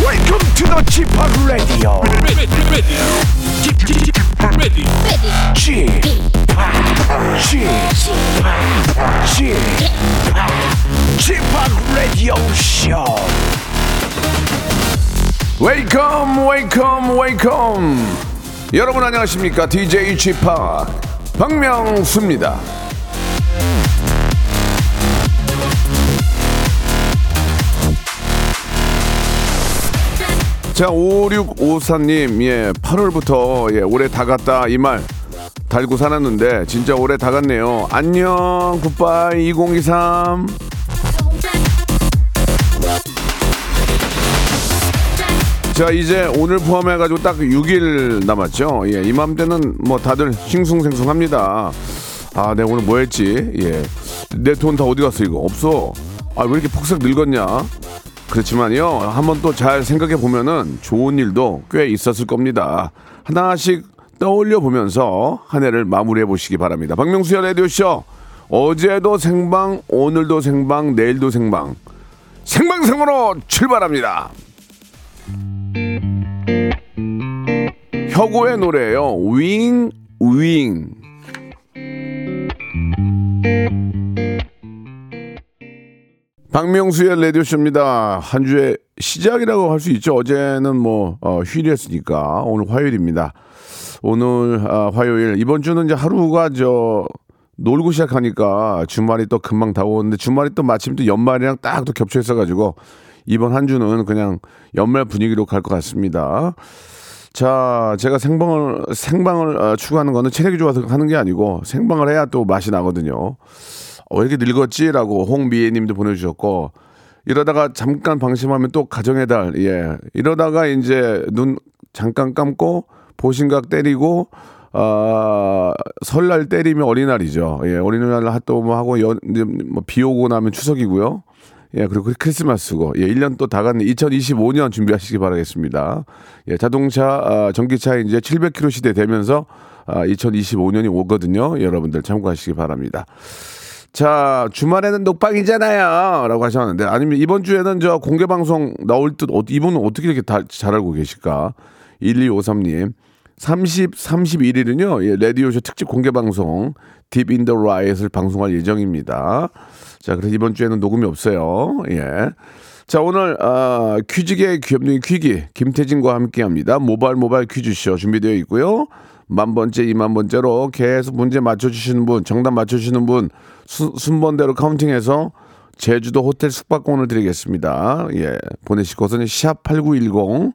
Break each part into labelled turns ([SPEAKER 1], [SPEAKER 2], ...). [SPEAKER 1] Welcome to the g p o p Radio.
[SPEAKER 2] ready, ready, ready, ready.
[SPEAKER 1] g p o p g p o p g p o p Radio Show.
[SPEAKER 3] 웨이컴 웨이컴 웨이컴 여러분 안녕하십니까 DJ g p o p 박명수입니다 자 5654님 예 8월부터 예 올해 다 갔다 이 말 달고 살았는데 진짜 올해 다 갔네요 안녕 굿바이 2023 자 이제 오늘 포함해가지고 딱 6일 남았죠. 예 이맘때는 뭐 다들 싱숭생숭합니다. 아 내가 오늘 뭐 했지? 예내 돈 다 어디 갔어 이거 없어. 아 왜 이렇게 폭삭 늙었냐? 그렇지만요 한번 또 잘 생각해 보면은 좋은 일도 꽤 있었을 겁니다. 하나씩 떠올려 보면서 한 해를 마무리해 보시기 바랍니다. 박명수의 라디오 쇼 어제도 생방, 오늘도 생방, 내일도 생방. 생방송으로 출발합니다. 혁오의 노래예요. 윙 윙. 박명수의 라디오쇼입니다. 한 주의 시작이라고 할 수 있죠. 어제는 뭐 어, 휴일이었으니까 오늘 화요일입니다. 오늘 아, 화요일 이번 주는 이제 하루가 저 놀고 시작하니까 주말이 또 금방 다가오는데 주말이 또 마침 또 연말이랑 딱 또 겹쳐 있어가지고 이번 한 주는 그냥 연말 분위기로 갈 것 같습니다. 자, 제가 생방을 생방을 어, 추구하는 거는 체력이 좋아서 하는 게 아니고 생방을 해야 또 맛이 나거든요. 어, 왜 이렇게 늙었지라고 홍미애님도 보내주셨고 이러다가 잠깐 방심하면 또 가정의 달. 예, 이러다가 이제 눈 잠깐 감고 보신각 때리고 아 설날 때리면 어린날이죠. 예, 어린날 핫도뭐 하고 연, 이제 뭐 비오고 나면 추석이고요. 예, 그리고 크리스마스고, 예, 1년 또 다 갔네. 2025년 준비하시기 바라겠습니다. 예, 자동차, 아, 전기차 이제 700km 시대 되면서, 아, 2025년이 오거든요. 여러분들 참고하시기 바랍니다. 자, 주말에는 녹방이잖아요. 라고 하셨는데, 아니면 이번 주에는 저 공개방송 나올 듯, 어, 이분은 어떻게 이렇게 다, 잘 알고 계실까? 1253님. 30, 31일은요, 예, 라디오쇼 특집 공개방송, 딥 인 더 라이엇을 방송할 예정입니다. 자, 그래서 이번 주에는 녹음이 없어요. 예. 자, 오늘, 아, 퀴즈계의 귀염둥이 퀴기, 김태진과 함께 합니다. 모발 모발 퀴즈쇼 준비되어 있고요. 만 번째, 이만 번째로 계속 문제 맞춰주시는 분, 정답 맞춰주시는 분, 수- 순번대로 카운팅해서 제주도 호텔 숙박권을 드리겠습니다. 예. 보내실 곳은 샵8910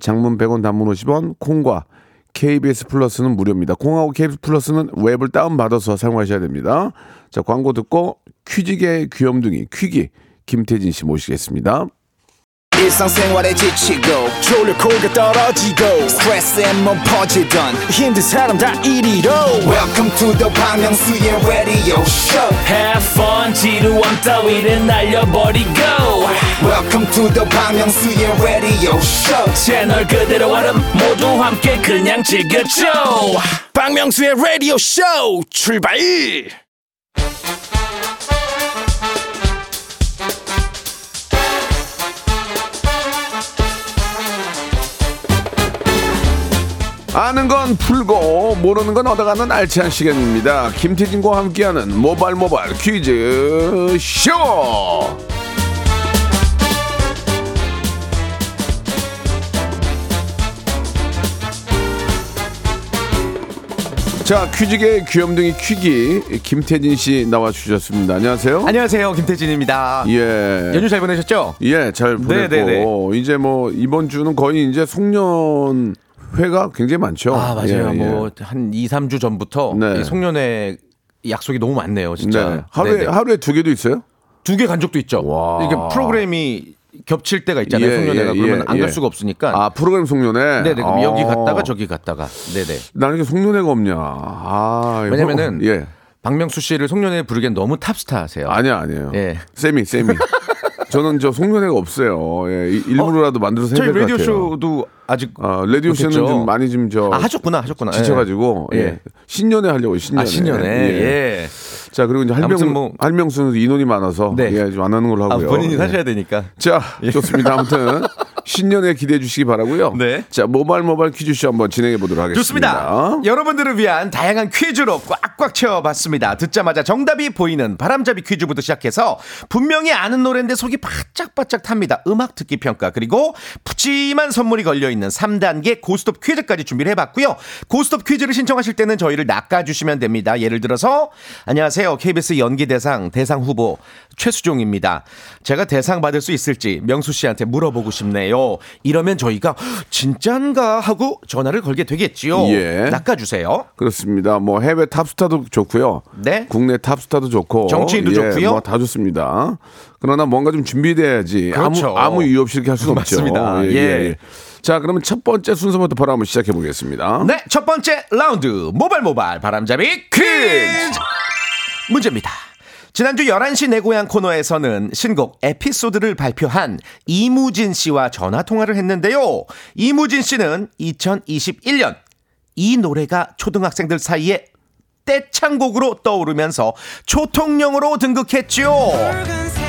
[SPEAKER 3] 장문 100원 단문 50원 콩과 KBS 플러스는 무료입니다. 콩하고 KBS 플러스는 웹을 다운받아서 사용하셔야 됩니다. 자, 광고 듣고 퀴즈계의 귀염둥이 퀴기 김태진 씨 모시겠습니다.
[SPEAKER 4] 일상생활에 지치고, 졸려 코가 떨어지고, 스트레스에 몸 퍼지던, 힘든 사람 다 이리로. welcome to the Bang Myung-soo's radio show
[SPEAKER 2] Have fun, 지루함 따위를 날려버리고
[SPEAKER 4] welcome to the Bang Myung-soo's radio show
[SPEAKER 2] 채널 그대로 와름 모두 함께 그냥 즐겨줘
[SPEAKER 1] 박명수의 라디오 쇼 출발!
[SPEAKER 3] 아는 건 풀고 모르는 건 얻어가는 알찬 시간입니다. 김태진과 함께하는 모발 모발 퀴즈 쇼. 자 퀴즈계 귀염둥이 퀴기 김태진 씨 나와 주셨습니다. 안녕하세요.
[SPEAKER 5] 안녕하세요 김태진입니다
[SPEAKER 3] 예.
[SPEAKER 5] 연휴 잘 보내셨죠?
[SPEAKER 3] 예, 잘 보냈고
[SPEAKER 5] 네네네.
[SPEAKER 3] 이제 뭐 이번 주는 거의 이제 송년 회가 굉장히 많죠.
[SPEAKER 5] 아 맞아요
[SPEAKER 3] 예, 예.
[SPEAKER 5] 뭐 한 2, 3주 전부터
[SPEAKER 3] 네.
[SPEAKER 5] 이 송년회 약속이 너무 많네요 진짜
[SPEAKER 3] 네. 하루에
[SPEAKER 5] 네네.
[SPEAKER 3] 하루에 두 개도 있어요?
[SPEAKER 5] 두개 간 적도 있죠
[SPEAKER 3] 와.
[SPEAKER 5] 이렇게 프로그램이 겹칠 때가 있잖아요
[SPEAKER 3] 예,
[SPEAKER 5] 송년회가
[SPEAKER 3] 예,
[SPEAKER 5] 그러면
[SPEAKER 3] 예,
[SPEAKER 5] 안
[SPEAKER 3] 예.
[SPEAKER 5] 갈 수가 없으니까
[SPEAKER 3] 아, 프로그램 송년회.
[SPEAKER 5] 네네 그럼
[SPEAKER 3] 아.
[SPEAKER 5] 여기 갔다가 저기 갔다가 네네
[SPEAKER 3] 나는 이게 송년회가 없냐. 아, 이거-
[SPEAKER 5] 왜냐면은
[SPEAKER 3] 예.
[SPEAKER 5] 박명수 씨를 송년회에 부르기엔 너무 탑스타세요
[SPEAKER 3] 아니야, 아니에요.
[SPEAKER 5] 예.
[SPEAKER 3] 세미, 세미. 저는 저 송년회가 없어요. 예, 이- 일부러라도 만들어서 해야
[SPEAKER 5] 저희
[SPEAKER 3] 될것 같아요.
[SPEAKER 5] 라디오 쇼도 아직
[SPEAKER 3] 아, 라디오 쇼는
[SPEAKER 5] 못했죠.
[SPEAKER 3] 좀 많이 좀저
[SPEAKER 5] 아 하셨구나 하셨구나 예.
[SPEAKER 3] 지쳐가지고 예.
[SPEAKER 5] 예.
[SPEAKER 3] 신년회 하려고 신년회.
[SPEAKER 5] 아 신년회 예.
[SPEAKER 3] 자 그리고 이제
[SPEAKER 5] 아무튼
[SPEAKER 3] 한명
[SPEAKER 5] 뭐-
[SPEAKER 3] 한명수는 인원이 많아서
[SPEAKER 5] 네.
[SPEAKER 3] 예, 좀 안 하는 걸로
[SPEAKER 5] 아
[SPEAKER 3] 하고요.
[SPEAKER 5] 본인이
[SPEAKER 3] 예.
[SPEAKER 5] 사셔야 되니까
[SPEAKER 3] 자, 좋습니다. 아무튼 신년에 기대해 주시기 바라고요.
[SPEAKER 5] 네.
[SPEAKER 3] 자, 모발 모발 퀴즈쇼 한번 진행해 보도록 하겠습니다.
[SPEAKER 5] 좋습니다. 예. 여러분들을 위한 다양한 퀴즈로 꽉꽉 채워봤습니다. 듣자마자 정답이 보이는 바람잡이 퀴즈부터 시작해서 분명히 아는 노래인데 속이 바짝바짝 탑니다. 음악 듣기 평가 그리고 푸짐한 선물이 걸려있는 3단계 고스톱 퀴즈까지 준비를 해봤고요. 고스톱 퀴즈를 신청하실 때는 저희를 낚아주시면 됩니다. 예를 들어서 안녕하세요. KBS 연기대상 대상 후보 최수종입니다. 제가 대상 받을 수 있을지 명수 씨한테 물어보고 싶네요. 이러면 저희가 진짠가 하고 전화를 걸게 되겠지요.
[SPEAKER 3] 예.
[SPEAKER 5] 낚아주세요.
[SPEAKER 3] 그렇습니다. 뭐 해외 탑스타도 좋고요.
[SPEAKER 5] 네.
[SPEAKER 3] 국내 탑스타도 좋고 예,
[SPEAKER 5] 정치인도 좋고요.
[SPEAKER 3] 뭐다 좋습니다. 그러나 뭔가 좀 준비돼야지
[SPEAKER 5] 그렇죠.
[SPEAKER 3] 아무 아무 이유 없이 이렇게 할 수는 없죠.
[SPEAKER 5] 맞습니다. 예.
[SPEAKER 3] 자, 그러면 첫 번째 순서부터 바로 한번 시작해 보겠습니다.
[SPEAKER 5] 네, 첫 번째 라운드 모발 모발 바람잡이 퀴즈 문제입니다. 지난주 11시 내 고향 코너에서는 신곡 에피소드를 발표한 이무진 씨와 전화 통화를 했는데요. 이무진 씨는 2021년 이 노래가 초등학생들 사이에 떼창곡으로 떠오르면서 초통령으로 등극했죠.
[SPEAKER 6] 붉은색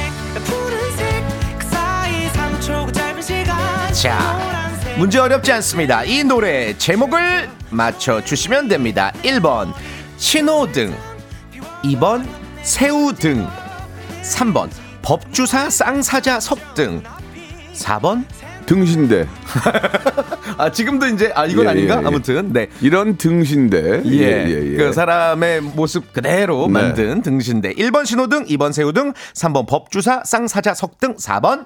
[SPEAKER 6] 푸른색 그 사이 3초 그 짧은 시간
[SPEAKER 5] 자, 문제 어렵지 않습니다. 이 노래 제목을 맞춰주시면 됩니다. 1번, 신호등. 2번, 새우등. 3번, 법주사 쌍사자 석등. 4번,
[SPEAKER 3] 등신대
[SPEAKER 5] 아, 지금도 이제, 아, 이건
[SPEAKER 3] 예,
[SPEAKER 5] 아닌가?
[SPEAKER 3] 예, 예.
[SPEAKER 5] 아무튼, 네.
[SPEAKER 3] 이런 등신대
[SPEAKER 5] 예, 그 사람의 모습 그대로
[SPEAKER 3] 네.
[SPEAKER 5] 만든 등신대. 1번 신호등, 2번 새우등, 3번 법주사, 쌍사자, 석등, 4번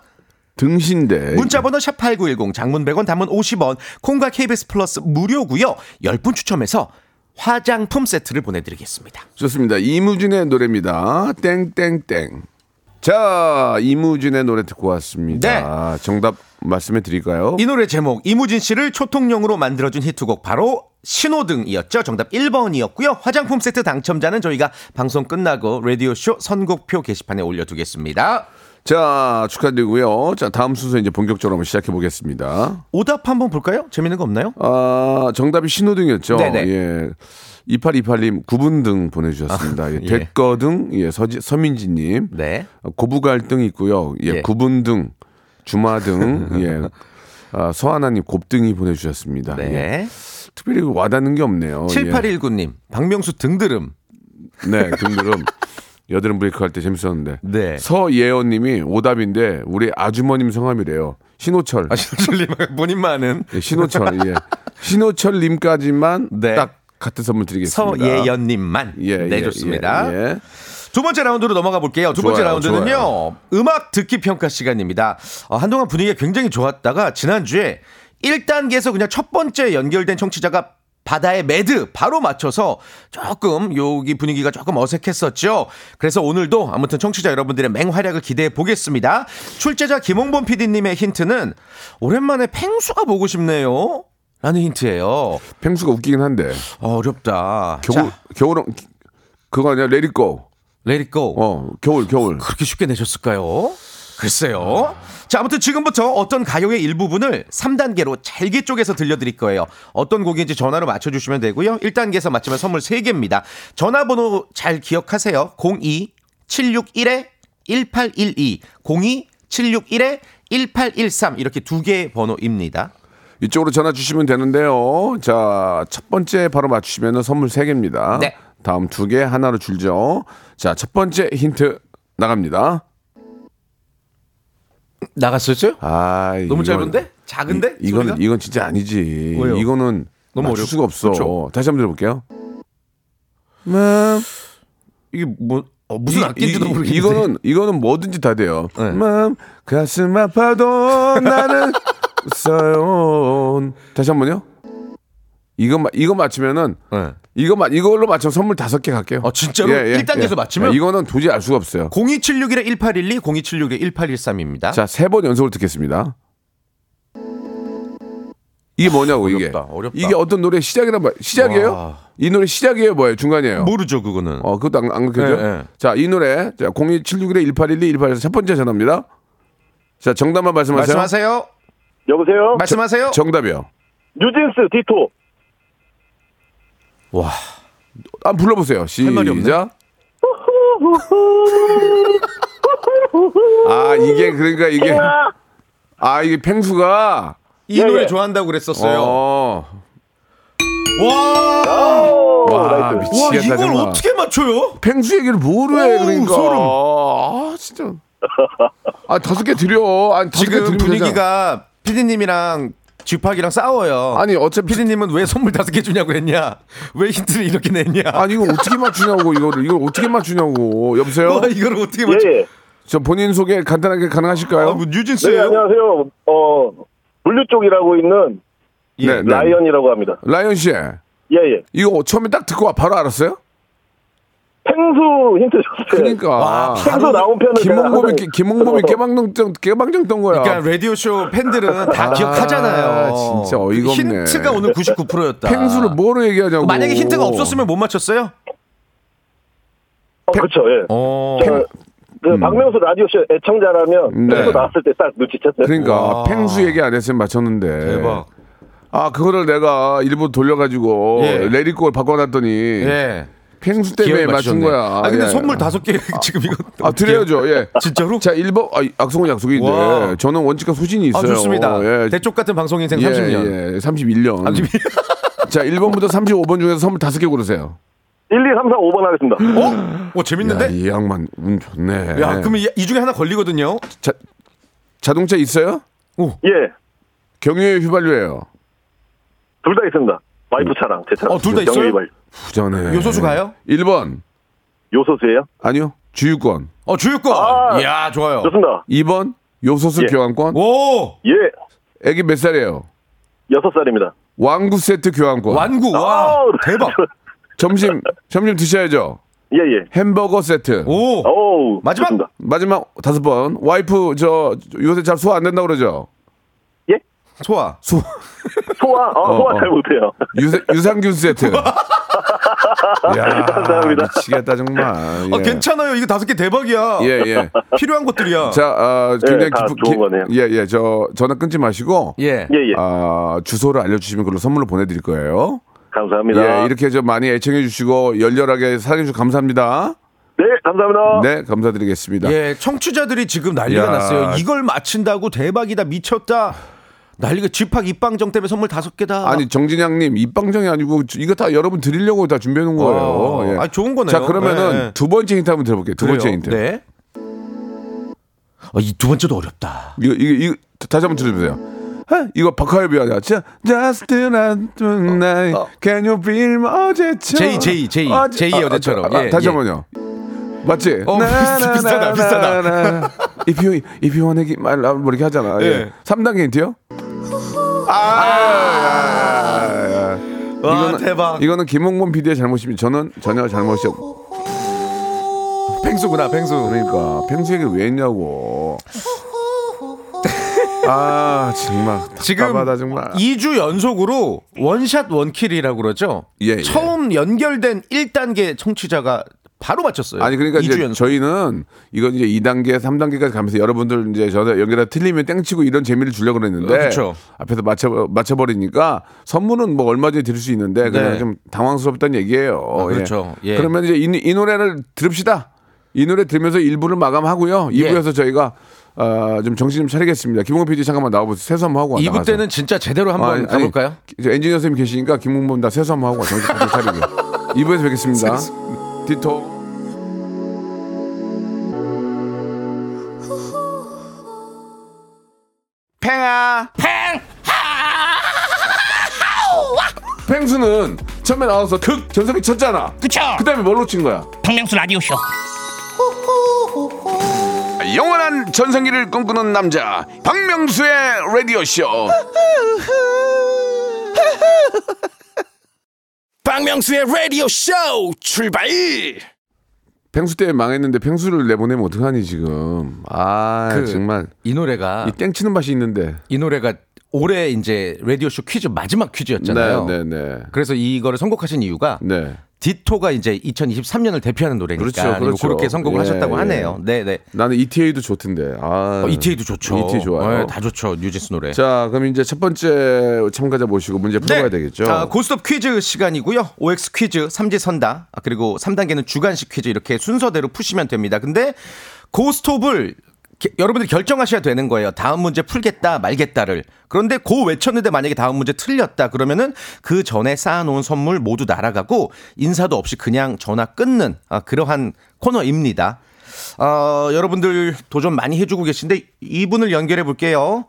[SPEAKER 3] 등신대
[SPEAKER 5] 문자번호 샵8910 장문 100원 단문 50원 콩과 KBS 플러스 무료고요 10분 추첨해서 화장품 세트를 보내드리겠습니다
[SPEAKER 3] 좋습니다. 이무진의 노래입니다. 땡땡땡. 자, 이무진의 노래 듣고 왔습니다. 정답 말씀해 드릴까요?
[SPEAKER 5] 네. 이 노래 제목 이무진 씨를 초통령으로 만들어준 히트곡 바로 신호등이었죠 정답 1번이었고요 화장품 세트 당첨자는 저희가 방송 끝나고 라디오쇼 선곡표 게시판에 올려두겠습니다
[SPEAKER 3] 자, 축하드리고요. 자, 다음 순서 이제 본격적으로 한번 시작해 보겠습니다.
[SPEAKER 5] 오답 한번 볼까요? 재밌는 거 없나요?
[SPEAKER 3] 아, 정답이 신호등이었죠.
[SPEAKER 5] 네네.
[SPEAKER 3] 예. 2828님 구분등 보내주셨습니다. 예,
[SPEAKER 5] 예.
[SPEAKER 3] 됐거등 예, 서지, 서민지님 아,
[SPEAKER 5] 네
[SPEAKER 3] 고부 갈등 있고요. 예,
[SPEAKER 5] 예.
[SPEAKER 3] 구분등 주마등 예. 아, 서하나님 곱등이 보내주셨습니다. 예.
[SPEAKER 5] 네.
[SPEAKER 3] 특별히 와닿는 게 없네요. 예.
[SPEAKER 5] 7819님 박명수 등드름
[SPEAKER 3] 네, 등드름. 여드름 브레이크 할 때 재밌었는데.
[SPEAKER 5] 네.
[SPEAKER 3] 서예원님이 오답인데 우리 아주머님 성함이래요. 신호철.
[SPEAKER 5] 아 신호철님 본인만은
[SPEAKER 3] 예, 신호철. 예. 신호철님까지만
[SPEAKER 5] 네.
[SPEAKER 3] 딱 같은 선물 드리겠습니다.
[SPEAKER 5] 서예연님만
[SPEAKER 3] 예,
[SPEAKER 5] 네
[SPEAKER 3] 예,
[SPEAKER 5] 좋습니다
[SPEAKER 3] 예, 예.
[SPEAKER 5] 두 번째 라운드로 넘어가 볼게요. 두 번째
[SPEAKER 3] 좋아요,
[SPEAKER 5] 라운드는요.
[SPEAKER 3] 좋아요.
[SPEAKER 5] 음악 듣기 평가 시간입니다. 어, 한동안 분위기가 굉장히 좋았다가 지난주에 1단계에서 그냥 첫 번째 연결된 청취자가 바다의 매드 바로 맞춰서 조금 여기 분위기가 조금 어색했었죠. 그래서 오늘도 아무튼 청취자 여러분들의 맹활약을 기대해 보겠습니다. 출제자 김홍범 PD님의 힌트는 오랜만에 팽수가 보고 싶네요. 라는 힌트예요.
[SPEAKER 3] 펭수가 웃기긴 한데.
[SPEAKER 5] 어, 어렵다.
[SPEAKER 3] 겨울,
[SPEAKER 5] 자,
[SPEAKER 3] 겨울은 그거 아니야? 레리고.
[SPEAKER 5] 레디 고.
[SPEAKER 3] 어, 겨울, 겨울.
[SPEAKER 5] 그렇게 쉽게 내셨을까요? 글쎄요. 자, 아무튼 지금부터 어떤 가요의 일부분을 3단계로 잘게 쪼개서 들려드릴 거예요. 어떤 곡인지 전화로 맞춰주시면 되고요. 1단계에서 맞추면 선물 3개입니다. 전화번호 잘 기억하세요. 02-761-1812, 02-761-1813 이렇게 두 개의 번호입니다.
[SPEAKER 3] 이쪽으로 전화 주시면 되는데요. 자, 첫 번째 바로 맞추시면 선물 세개입니다
[SPEAKER 5] 네.
[SPEAKER 3] 다음 두 개 하나로 줄죠. 자, 첫 번째 힌트 나갑니다.
[SPEAKER 5] 나갔었죠?
[SPEAKER 3] 아,
[SPEAKER 5] 너무
[SPEAKER 3] 이건-
[SPEAKER 5] 짧은데? 작은데?
[SPEAKER 3] 이, 이건
[SPEAKER 5] 소리가?
[SPEAKER 3] 이건 진짜 아니지.
[SPEAKER 5] 왜요?
[SPEAKER 3] 이거는 너무
[SPEAKER 5] 너무
[SPEAKER 3] 맞출
[SPEAKER 5] 어렵-
[SPEAKER 3] 수가 없어.
[SPEAKER 5] 그쵸?
[SPEAKER 3] 다시 한번 들어볼게요.
[SPEAKER 5] 이게 뭐, 어, 무슨
[SPEAKER 3] 이-
[SPEAKER 5] 악기인지도
[SPEAKER 3] 이-
[SPEAKER 5] 모르겠는데.
[SPEAKER 3] 이거는 이거는 뭐든지 다 돼요.
[SPEAKER 5] 네.
[SPEAKER 3] 마음 가슴 아파도 나는 써요. 다시 한번요. 이거 마- 이거 맞추면은
[SPEAKER 5] 네.
[SPEAKER 3] 이거 마- 이걸로 맞춰 선물 다섯 개 갈게요. 예,
[SPEAKER 5] 아, 진짜로? 일 단계에서 맞추면?
[SPEAKER 3] 이거는 도저히 알 수가 없어요.
[SPEAKER 5] 02761-1812, 02761-1813입니다.
[SPEAKER 3] 자, 세 번 연속으로 듣겠습니다. 이게 뭐냐고 이게.
[SPEAKER 5] 어렵다, 어렵다.
[SPEAKER 3] 이게 어떤 노래 시작이란 말 시작이에요?
[SPEAKER 5] 와.
[SPEAKER 3] 이 노래 시작이에요, 뭐예요? 중간이에요?
[SPEAKER 5] 모르죠, 그거는.
[SPEAKER 3] 어, 그것도 안, 안 그렇죠?
[SPEAKER 5] 예, 예.
[SPEAKER 3] 자, 이 노래. 자, 02761의 1812, 18에서 첫 번째 전화입니다. 자, 정답만 말씀하세요.
[SPEAKER 5] 말씀하세요.
[SPEAKER 7] 여보세요?
[SPEAKER 5] 말씀하세요.
[SPEAKER 3] 정답이요.
[SPEAKER 7] 뉴진스 디토.
[SPEAKER 5] 와.
[SPEAKER 3] 한번 아, 불러보세요.
[SPEAKER 5] 말이 없네.
[SPEAKER 3] 시작. 아, 이게 그러니까 이게 아 이게 펭수가
[SPEAKER 5] 이
[SPEAKER 7] 예,
[SPEAKER 5] 노래
[SPEAKER 7] 예.
[SPEAKER 5] 좋아한다고 그랬었어요.
[SPEAKER 3] 어.
[SPEAKER 5] 와,
[SPEAKER 7] 어,
[SPEAKER 3] 와
[SPEAKER 5] 와
[SPEAKER 3] 아, 미치겠다
[SPEAKER 5] 이걸
[SPEAKER 3] 정말.
[SPEAKER 5] 어떻게 맞춰요?
[SPEAKER 3] 펭수 얘기를 뭐로 해
[SPEAKER 5] 어우,
[SPEAKER 3] 그러니까.
[SPEAKER 5] 소름.
[SPEAKER 3] 아 진짜. 아 다섯 개 드려. 아 다섯 개 드리면 되잖아.
[SPEAKER 5] 지금 분위기가 피디님이랑 쥐팍이랑 싸워요.
[SPEAKER 3] 아니 어차피
[SPEAKER 5] 피디님은 왜 선물 다섯 개 주냐고 했냐? 왜 힌트를 이렇게 냈냐?
[SPEAKER 3] 아니 이거 어떻게 맞추냐고 이거를 이걸 어떻게 맞추냐고 여보세요.
[SPEAKER 5] 와, 이걸 어떻게
[SPEAKER 7] 예,
[SPEAKER 5] 맞춰?
[SPEAKER 7] 예.
[SPEAKER 3] 저 본인 소개 간단하게
[SPEAKER 5] 아,
[SPEAKER 3] 가능하실까요?
[SPEAKER 5] 뭐
[SPEAKER 7] 네,
[SPEAKER 5] 뉴진스예요?
[SPEAKER 7] 안녕하세요. 어, 물류 쪽이라고 있는
[SPEAKER 5] 예,
[SPEAKER 3] 네, 네.
[SPEAKER 7] 라이언이라고 합니다.
[SPEAKER 3] 라이언 씨
[SPEAKER 7] 예, 예.
[SPEAKER 3] 이거 처음에 딱 듣고 바로 알았어요?
[SPEAKER 7] 펭수 힌트 줬어요.
[SPEAKER 3] 그러니까
[SPEAKER 5] 와,
[SPEAKER 7] 펭수 나온 편은 제가
[SPEAKER 3] 김홍범이
[SPEAKER 7] 항상-
[SPEAKER 3] 깨- 김홍범이 깨방정정 깨방정던 거야.
[SPEAKER 5] 그러니까 라디오 쇼 팬들은 다
[SPEAKER 3] 아,
[SPEAKER 5] 기억하잖아요.
[SPEAKER 3] 진짜 어이가 없네.
[SPEAKER 5] 힌트가 오늘 99%였다.
[SPEAKER 3] 펭수를 뭐로 얘기하냐고.
[SPEAKER 5] 만약에 힌트가 없었으면 못 맞췄어요?
[SPEAKER 7] 어, 그렇죠. 예.
[SPEAKER 5] 어.
[SPEAKER 7] 저, 그 박명수 라디오 쇼 애청자라면
[SPEAKER 3] 음. 네.
[SPEAKER 7] 펭수 나왔을 때 딱 눈치챘어요.
[SPEAKER 3] 그러니까
[SPEAKER 5] 와.
[SPEAKER 3] 펭수 얘기 안 했으면 맞췄는데.
[SPEAKER 5] 대박.
[SPEAKER 3] 아 그거를 내가 일부 돌려가지고
[SPEAKER 5] 예.
[SPEAKER 3] 레디콜 바꿔놨더니
[SPEAKER 5] 예.
[SPEAKER 3] 펭수 때문에
[SPEAKER 5] 기억이
[SPEAKER 3] 맞춘
[SPEAKER 5] 나셨네.
[SPEAKER 3] 거야.
[SPEAKER 5] 아 근데
[SPEAKER 3] 예.
[SPEAKER 5] 선물 다섯 개 지금 이거
[SPEAKER 3] 아 드려야죠. 예.
[SPEAKER 5] 진짜로?
[SPEAKER 3] 자 1번 아, 악성은 약속인데
[SPEAKER 5] 와.
[SPEAKER 3] 저는 원칙과 소신이
[SPEAKER 5] 아
[SPEAKER 3] 있어요.
[SPEAKER 5] 좋습니다.
[SPEAKER 3] 예.
[SPEAKER 5] 대쪽 같은 방송 인생
[SPEAKER 3] 예,
[SPEAKER 5] 30년.
[SPEAKER 3] 예, 31년. 자 1번부터 35번 중에서 선물 다섯 개 고르세요.
[SPEAKER 7] 1, 2, 3, 4, 5번 하겠습니다.
[SPEAKER 5] 어? 어 재밌는데?
[SPEAKER 3] 야, 이 양반 운 좋네.
[SPEAKER 5] 야, 그러면 이, 예. 이 중에 하나 걸리거든요.
[SPEAKER 3] 자, 자동차 있어요?
[SPEAKER 7] 예.
[SPEAKER 3] 경유에 휘발유예요.
[SPEAKER 7] 둘 다 있습니다. 와이프 차랑 제 차랑.
[SPEAKER 5] 어, 둘다
[SPEAKER 7] 영유
[SPEAKER 5] 있어요?
[SPEAKER 7] 이발.
[SPEAKER 3] 부자네.
[SPEAKER 5] 요소수 가요?
[SPEAKER 3] 1번.
[SPEAKER 7] 요소수예요?
[SPEAKER 3] 아니요. 주유권.
[SPEAKER 5] 어, 주유권.
[SPEAKER 7] 아.
[SPEAKER 5] 이야, 좋아요.
[SPEAKER 7] 좋습니다.
[SPEAKER 3] 2번. 요소수
[SPEAKER 7] 예.
[SPEAKER 3] 교환권.
[SPEAKER 5] 오,
[SPEAKER 7] 예.
[SPEAKER 3] 애기 몇 살이에요?
[SPEAKER 7] 여섯 살입니다.
[SPEAKER 3] 왕구 세트 교환권.
[SPEAKER 5] 완구. 와,
[SPEAKER 7] 아우. 네.
[SPEAKER 5] 대박.
[SPEAKER 3] 점심 점심 드셔야죠.
[SPEAKER 7] 예, 예.
[SPEAKER 3] 햄버거 세트.
[SPEAKER 5] 오,
[SPEAKER 7] 어? 오.
[SPEAKER 5] 마지막.
[SPEAKER 7] 좋습니다.
[SPEAKER 3] 마지막 다섯 번. 와이프 저 요새 잘 소화 안 된다 고 그러죠.
[SPEAKER 5] 소아.
[SPEAKER 3] 소
[SPEAKER 7] 소화.
[SPEAKER 3] 어,
[SPEAKER 7] 아, 소화 잘 못해요.
[SPEAKER 3] 유세, 유산균 세트. 야,
[SPEAKER 7] 아, 감사합니다.
[SPEAKER 3] 미치겠다 정말.
[SPEAKER 5] 아,
[SPEAKER 3] 예.
[SPEAKER 5] 괜찮아요. 이거 다섯 개 대박이야.
[SPEAKER 3] 예 예.
[SPEAKER 5] 필요한 것들이야.
[SPEAKER 3] 자, 아,
[SPEAKER 5] 네,
[SPEAKER 3] 굉장히
[SPEAKER 7] 다
[SPEAKER 3] 깊은-
[SPEAKER 7] 좋은
[SPEAKER 3] 깊-
[SPEAKER 7] 거네요.
[SPEAKER 3] 예, 예. 저 전화 끊지 마시고
[SPEAKER 5] 예.
[SPEAKER 7] 예, 예.
[SPEAKER 3] 아, 주소를 알려 주시면 그걸로 선물로 보내 드릴 거예요.
[SPEAKER 7] 감사합니다.
[SPEAKER 3] 예, 이렇게 좀 많이 애청해 주시고 열렬하게 사랑해 주셔서 감사합니다.
[SPEAKER 7] 네, 감사합니다.
[SPEAKER 3] 네, 감사드리겠습니다.
[SPEAKER 5] 예, 청취자들이 지금 난리가
[SPEAKER 3] 야.
[SPEAKER 5] 났어요. 이걸 맞힌다고 대박이다, 미쳤다. 난리가 집합 입방정 때문에 선물 다섯 개다.
[SPEAKER 3] 아니 정진양님 입방정이 아니고 저- 이거 다 여러분 드리려고 다 준비해 놓은 거예요.
[SPEAKER 5] 어,
[SPEAKER 3] 예.
[SPEAKER 5] 아, 좋은 거네요.
[SPEAKER 3] 자 그러면은
[SPEAKER 5] 네.
[SPEAKER 3] 두 번째 힌트 한번 들어볼게요. 두 번째
[SPEAKER 5] 그래요.
[SPEAKER 3] 힌트.
[SPEAKER 5] 네. 어, 이 두 번째도 어렵다.
[SPEAKER 3] 이거 이거 이거 다시 한번 들어보세요. 아, 이거 박하엽이 아니야. 자, Just another night. Can you feel my 어제처럼?
[SPEAKER 5] 어, 제이, 제이, 제이.
[SPEAKER 3] 어제-
[SPEAKER 5] 제이의
[SPEAKER 3] 아, 아,
[SPEAKER 5] 어제처럼.
[SPEAKER 3] 아, 아,
[SPEAKER 5] 예,
[SPEAKER 3] 다시
[SPEAKER 5] 예.
[SPEAKER 3] 한번요. 맞지?
[SPEAKER 5] 어, 비슷- 비슷하다, 비슷하다.
[SPEAKER 3] 나나나나나. If you if you wanna give my love 뭐 이렇게 하잖아. 예.
[SPEAKER 5] 예.
[SPEAKER 3] 삼 3단계 힌트요? 아,
[SPEAKER 5] 와, 대박.
[SPEAKER 3] 이거는 김홍범 PD의 잘못입니다. 저는 전혀 잘못이 없고.
[SPEAKER 5] 펭수구나, 펭수.
[SPEAKER 3] 그러니까 펭수 얘기를 왜 했냐고. 아 정말
[SPEAKER 5] 지금
[SPEAKER 3] 답답하다 정말.
[SPEAKER 5] 2주 연속으로 원샷 원킬이라고 그러죠.
[SPEAKER 3] 예, 예.
[SPEAKER 5] 처음 연결된 1단계 청취자가 바로 맞췄어요.
[SPEAKER 3] 아니 그러니까
[SPEAKER 5] 2주
[SPEAKER 3] 이제
[SPEAKER 5] 연속.
[SPEAKER 3] 저희는 이건 이제 2단계, 3단계까지 가면서 여러분들 이제 저연 연결해 틀리면 땡치고 이런 재미를 주려고 그랬는데
[SPEAKER 5] 어, 그쵸.
[SPEAKER 3] 앞에서 맞춰 맞춰 버리니까 선물은 뭐 얼마 전에 드릴 수 있는데 그냥
[SPEAKER 5] 네.
[SPEAKER 3] 좀 당황스럽다는 얘기예요.
[SPEAKER 5] 그렇죠. 예.
[SPEAKER 3] 그러면 이제 이, 이 노래를 들읍시다. 이 노래 들으면서 1부를 마감하고요. 2부에서
[SPEAKER 5] 예.
[SPEAKER 3] 저희가 아, 좀 정신 좀 차리겠습니다. 김홍 PD 잠깐만 나와보세요. 세수 한번 하고 와,
[SPEAKER 5] 2부
[SPEAKER 3] 나가서.
[SPEAKER 5] 때는 진짜 제대로 한번
[SPEAKER 3] 아니, 아니,
[SPEAKER 5] 가볼까요?
[SPEAKER 3] 기- 저 엔지니어 선생님 계시니까 김홍범 다 세수 한번 하고 와, 정신 좀 차리고 2부에서 뵙겠습니다. 디토
[SPEAKER 5] 팽아.
[SPEAKER 3] 펭수는 처음에 나와서 극 전성기 쳤잖아.
[SPEAKER 2] 그쵸
[SPEAKER 3] 그 다음에 뭘로 친 거야?
[SPEAKER 2] 박명수 라디오쇼
[SPEAKER 3] 영원한 전성기를 꿈꾸는 남자 박명수의 라디오 쇼.
[SPEAKER 2] 박명수의 라디오 쇼 출발
[SPEAKER 3] 펭수 때문에 망했는데 펭수를 내보내면 어떡하니 지금? 아
[SPEAKER 5] 그- 아.
[SPEAKER 3] 정말
[SPEAKER 5] 이 노래가
[SPEAKER 3] 이 땡치는 맛이 있는데.
[SPEAKER 5] 이 노래가 올해 이제 라디오 쇼 퀴즈 마지막 퀴즈였잖아요.
[SPEAKER 3] 네네네.
[SPEAKER 5] 그래서 이거를 선곡하신 이유가
[SPEAKER 3] 네.
[SPEAKER 5] 디토가 이제 2023년을 대표하는 노래니까
[SPEAKER 3] 그렇죠,
[SPEAKER 5] 그리고
[SPEAKER 3] 그렇죠.
[SPEAKER 5] 그렇게 선곡을
[SPEAKER 3] 예,
[SPEAKER 5] 하셨다고
[SPEAKER 3] 예.
[SPEAKER 5] 하네요. 네, 네.
[SPEAKER 3] 나는 ETA도 좋던데. 아.
[SPEAKER 5] 어, ETA도 좋죠.
[SPEAKER 3] ETA 좋아요.
[SPEAKER 5] 네, 다 좋죠. 뉴진스 노래.
[SPEAKER 3] 자 그럼 이제 첫 번째 참가자 모시고 문제 풀어봐야 되겠죠.
[SPEAKER 5] 아, 고스톱 퀴즈 시간이고요. OX 퀴즈, 삼지선다, 아, 그리고 3단계는 주간식 퀴즈 이렇게 순서대로 푸시면 됩니다. 근데 고스톱을 게- 여러분들이 결정하셔야 되는 거예요. 다음 문제 풀겠다, 말겠다를. 그런데 고 외쳤는데 만약에 다음 문제 틀렸다 그러면은 그 전에 쌓아놓은 선물 모두 날아가고 인사도 없이 그냥 전화 끊는 아, 그러한 코너입니다. 어, 여러분들 도전 많이 해주고 계신데 이분을 연결해 볼게요.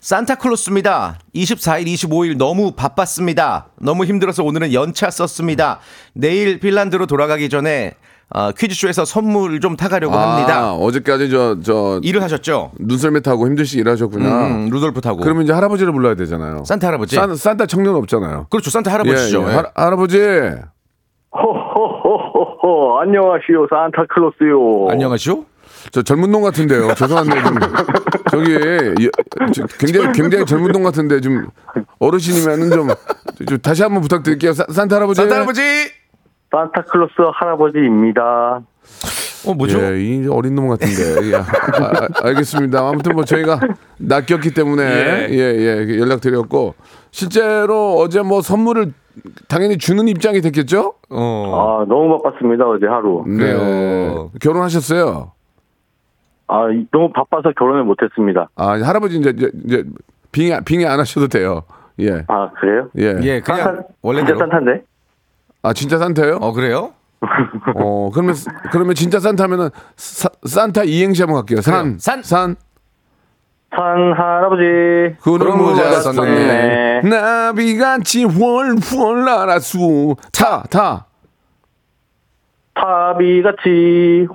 [SPEAKER 5] 산타클로스입니다. 24일, 25일 너무 바빴습니다. 너무 힘들어서 오늘은 연차 썼습니다. 내일 핀란드로 돌아가기 전에 어, 퀴즈쇼에서 선물을 좀 타가려고
[SPEAKER 3] 아,
[SPEAKER 5] 합니다.
[SPEAKER 3] 어제까지 저, 저,
[SPEAKER 5] 일을 하셨죠?
[SPEAKER 3] 눈썰매 타고 힘들씩 일하셨구나.
[SPEAKER 5] 음, 루돌프 타고.
[SPEAKER 3] 그러면 이제 할아버지를 불러야 되잖아요.
[SPEAKER 5] 산타 할아버지.
[SPEAKER 3] 산, 산타 청년 없잖아요.
[SPEAKER 5] 그렇죠. 산타 할아버지죠.
[SPEAKER 3] 예, 예. 할, 할아버지.
[SPEAKER 7] 호호호호호 안녕하시오
[SPEAKER 3] 어.
[SPEAKER 7] 산타클로스요.
[SPEAKER 5] 안녕하시오?
[SPEAKER 3] 저 젊은 놈 같은데요. 죄송한데 좀 저기 예, 저 굉장히 굉장히 젊은 놈 같은데 좀 어르신이면은 좀, 좀 다시 한번 부탁드릴게요. 산- 산타 할아버지.
[SPEAKER 5] 산타 할아버지!
[SPEAKER 7] 산타클로스 할아버지입니다.
[SPEAKER 5] 어, 뭐죠?
[SPEAKER 3] 예, 이 어린 놈 같은데. 예. 아, 아, 알겠습니다. 아무튼 뭐 저희가 낚였기 때문에
[SPEAKER 5] 예.
[SPEAKER 3] 예, 예, 연락드렸고 실제로 어제 뭐 선물을 당연히 주는 입장이 됐겠죠?
[SPEAKER 5] 어.
[SPEAKER 7] 아 너무 바빴습니다 어제 하루.
[SPEAKER 5] 음.
[SPEAKER 3] 네. 결혼하셨어요?
[SPEAKER 7] 아 이- 너무 바빠서 결혼을 못했습니다.
[SPEAKER 3] 아, 할아버지 이제 이제, 이제 빙의 빙의 안 하셔도 돼요. 예.
[SPEAKER 7] 아 그래요?
[SPEAKER 3] 예.
[SPEAKER 5] 예, 그냥
[SPEAKER 7] 산타- 진짜
[SPEAKER 5] 원래대로.
[SPEAKER 7] 산타인데?
[SPEAKER 3] 아, 진짜 산타예요? 어,
[SPEAKER 5] 어, 그래요?
[SPEAKER 3] 그러면 그러면 진짜 산타면은 사- 산타 이행시 한번 갈게요. 산.
[SPEAKER 5] 그래요. 산.
[SPEAKER 3] 산.
[SPEAKER 7] 산 할아버지.
[SPEAKER 3] 그런 모자 썼네.
[SPEAKER 7] 썼네.
[SPEAKER 3] 나비같이 훨훨 날아수 타 타.
[SPEAKER 7] 타비같이